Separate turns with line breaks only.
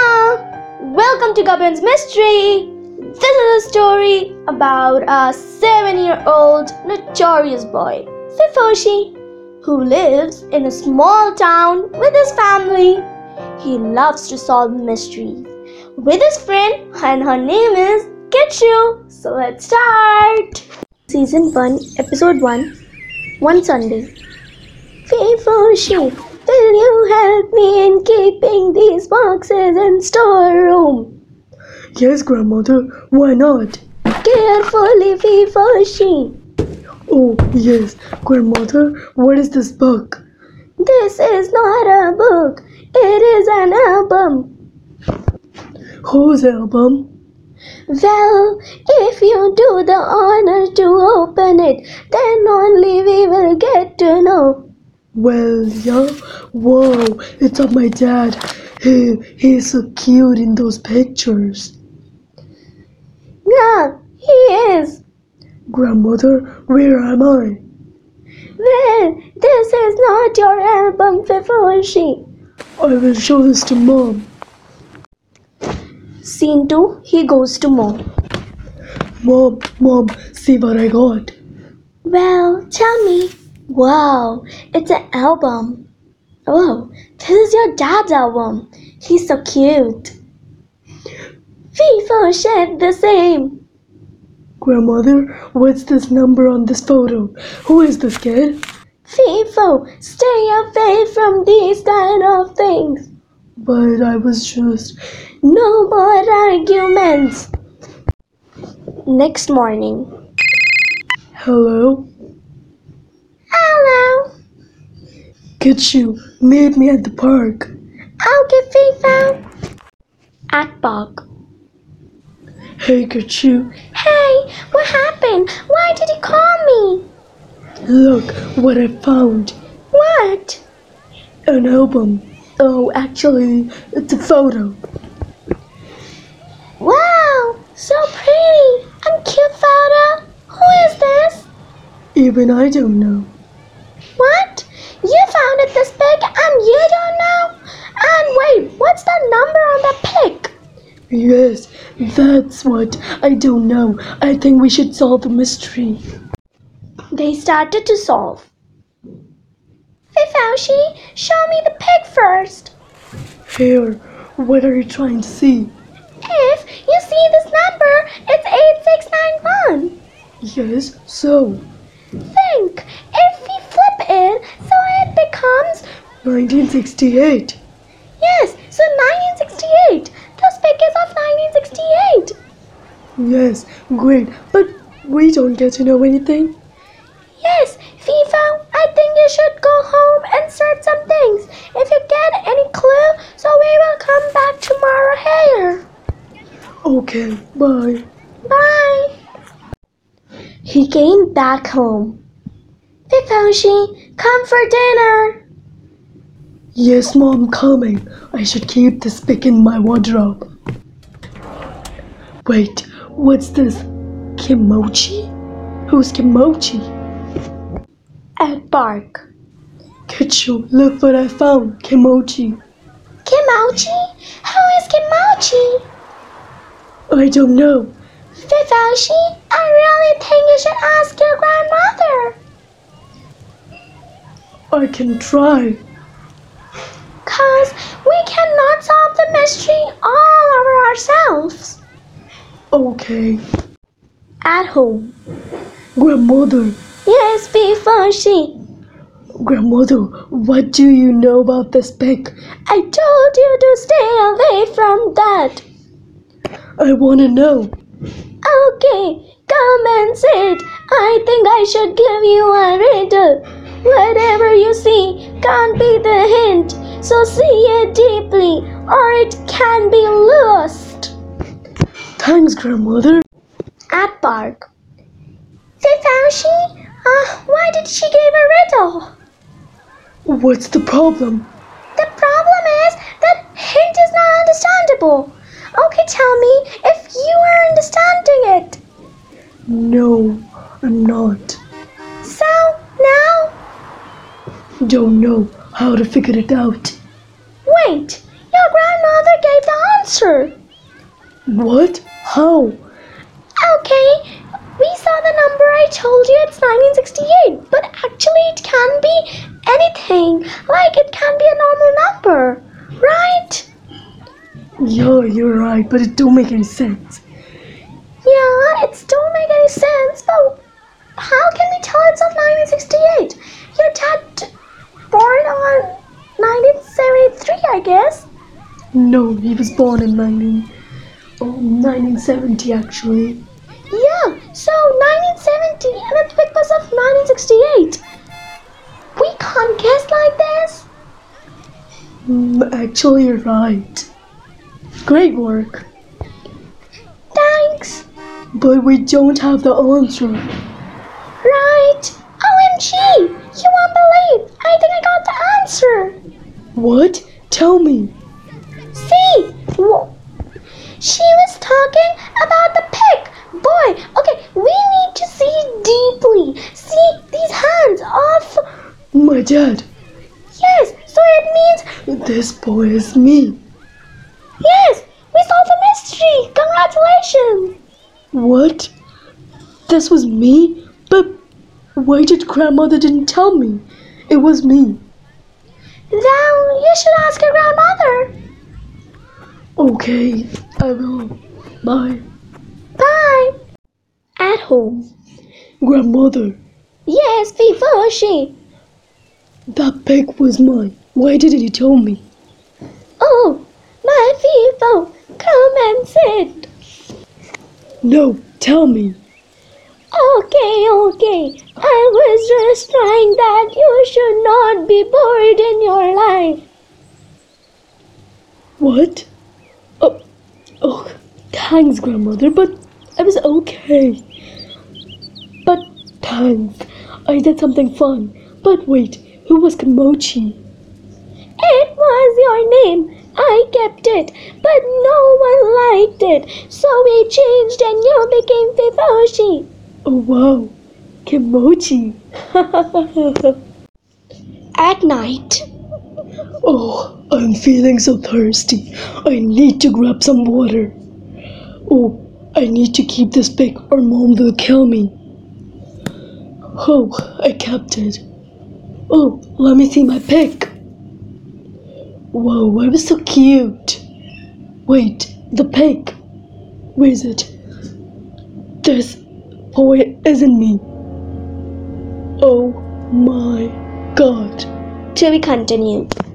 Ta-da! Welcome to Goblin's Mystery! This is a story about a seven-year-old notorious boy, Fifoshi, who lives in a small town with his family. He loves to solve mysteries with his friend, and her name is Ketchu. So let's start! Season 1, Episode 1 One Sunday. Fifoshi, will you help me in keeping these boxes in storeroom?
Yes, grandmother, why not?
Carefully, Fifoshi.
Oh, yes, grandmother, what is this book?
This is not a book, it is an album.
Whose album?
Well, if you do the honor to open it, then only we will get to know.
Well, yeah, wow, it's of my dad. He, he's so cute in those pictures.
Yeah, he is.
Grandmother, where am I?
Well, this is not your album, Fifoshi.
I will show this to mom.
Scene 2 He goes to mom.
Mom, mom, see what I got.
Well, tell me. Wow, it's an album. Oh, this is your dad's album. He's so cute. Fifo said the same.
Grandmother, what's this number on this photo? Who is this kid?
Fifo, stay away from these kind of things.
But I was just.
No more arguments. Next morning.
Hello?
Hello.
Get you. Meet me at the park.
Okay, Fifo. At park.
Hey, get you.
Hey, what happened? Why did he call me?
Look what I found.
What?
An album. Oh, actually, it's a photo.
Wow, so pretty. I'm cute photo. Who is this?
Even I don't know.
What? You found it this big and you don't know? And wait, what's the number on the pic?
Yes, that's what. I don't know. I think we should solve the mystery.
They started to solve. Fifaushi, show me the pic first.
Here, what are you trying to see?
If you see this number, it's 8691.
Yes, so.
Think, if we flip it, so it becomes
1968.
Yes, so 1968. This pic is of 1968.
Yes, great. But we don't get to know anything.
Yes, Fifa, I think you should go home and search some things. If you get any clue, so we will come back tomorrow here.
Okay, bye.
Bye. He came back home. Fifoshi, come for dinner.
Yes, mom, coming. I should keep this pick in my wardrobe. Wait, what's this? Kimochi? Who's Kimochi?
At park.
Ketchu, look what I found. Kimochi.
Kimochi? How is Kimochi?
I don't know.
Fifoshi, I really think you should ask your grandmother.
I can try.
Cause we cannot solve the mystery all over ourselves.
Okay.
At home.
Grandmother,
Yes, before she.
grandmother, what do you know about this pick?
I told you to stay away from that.
I wanna know.
Okay, come and sit. I think I should give you a riddle. Whatever you see can't be the hint, so see it deeply, or it can be lost.
Thanks, grandmother.
At park. They found she. Uh, why did she give a riddle?
What's the problem?
The problem is that hint is not understandable. Okay, tell me if you are understanding it.
No, I'm not.
So now,
Don't know how to figure it out.
wait. Your grandmother gave monster.
What? How?
Okay, we saw the number I told you it's 1968, but actually it can be anything. Like it can be a normal number, right?
Yeah, you're right, but it don't make any sense.
Yeah, it don't make any sense, but how can we tell it's of 1968? Your dad born on 1973, I guess.
No, he was born in 19, oh, 1970 actually.
Yeah, so 1970 and it was of 1968. We can't guess like this.
Mm, actually, you're right. Great work.
Thanks.
But we don't have the answer.
Right! OMG! You won't believe! I think I got the answer!
What? Tell me.
See! Wha- She was talking about the pig! Boy, okay, we need to see deeply. See these hands off.
My dad.
Yes, so it means
This boy is me.
yes, we solved the mystery. Congratulations!
What? This was me? But why did grandmother didn't tell me? It was me.
Now you should ask your grandmother.
Okay, I will. Bye.
Bye. At home.
Grandmother,
Yes, before she.
that pig was mine. Why didn't you tell me?
Oh, my people, come and sit.
No, tell me.
Okay, okay. I was just trying that you should not be bored in your life.
What? Oh, oh, thanks, grandmother, but I was okay. But thanks. I did something fun. But wait, who was Kamochi?
It was your name. I kept it, but no one liked it. So we changed and you became Fifoshi.
Oh wow, Kamochi.
At night.
oh, I'm feeling so thirsty. I need to grab some water. Oh, I need to keep this pig or mom will kill me. Oh, I kept it. Oh, let me see my pig. Whoa, I was so cute. Wait, the pig. Where is it? This boy isn't me. Oh my god.
To be continued.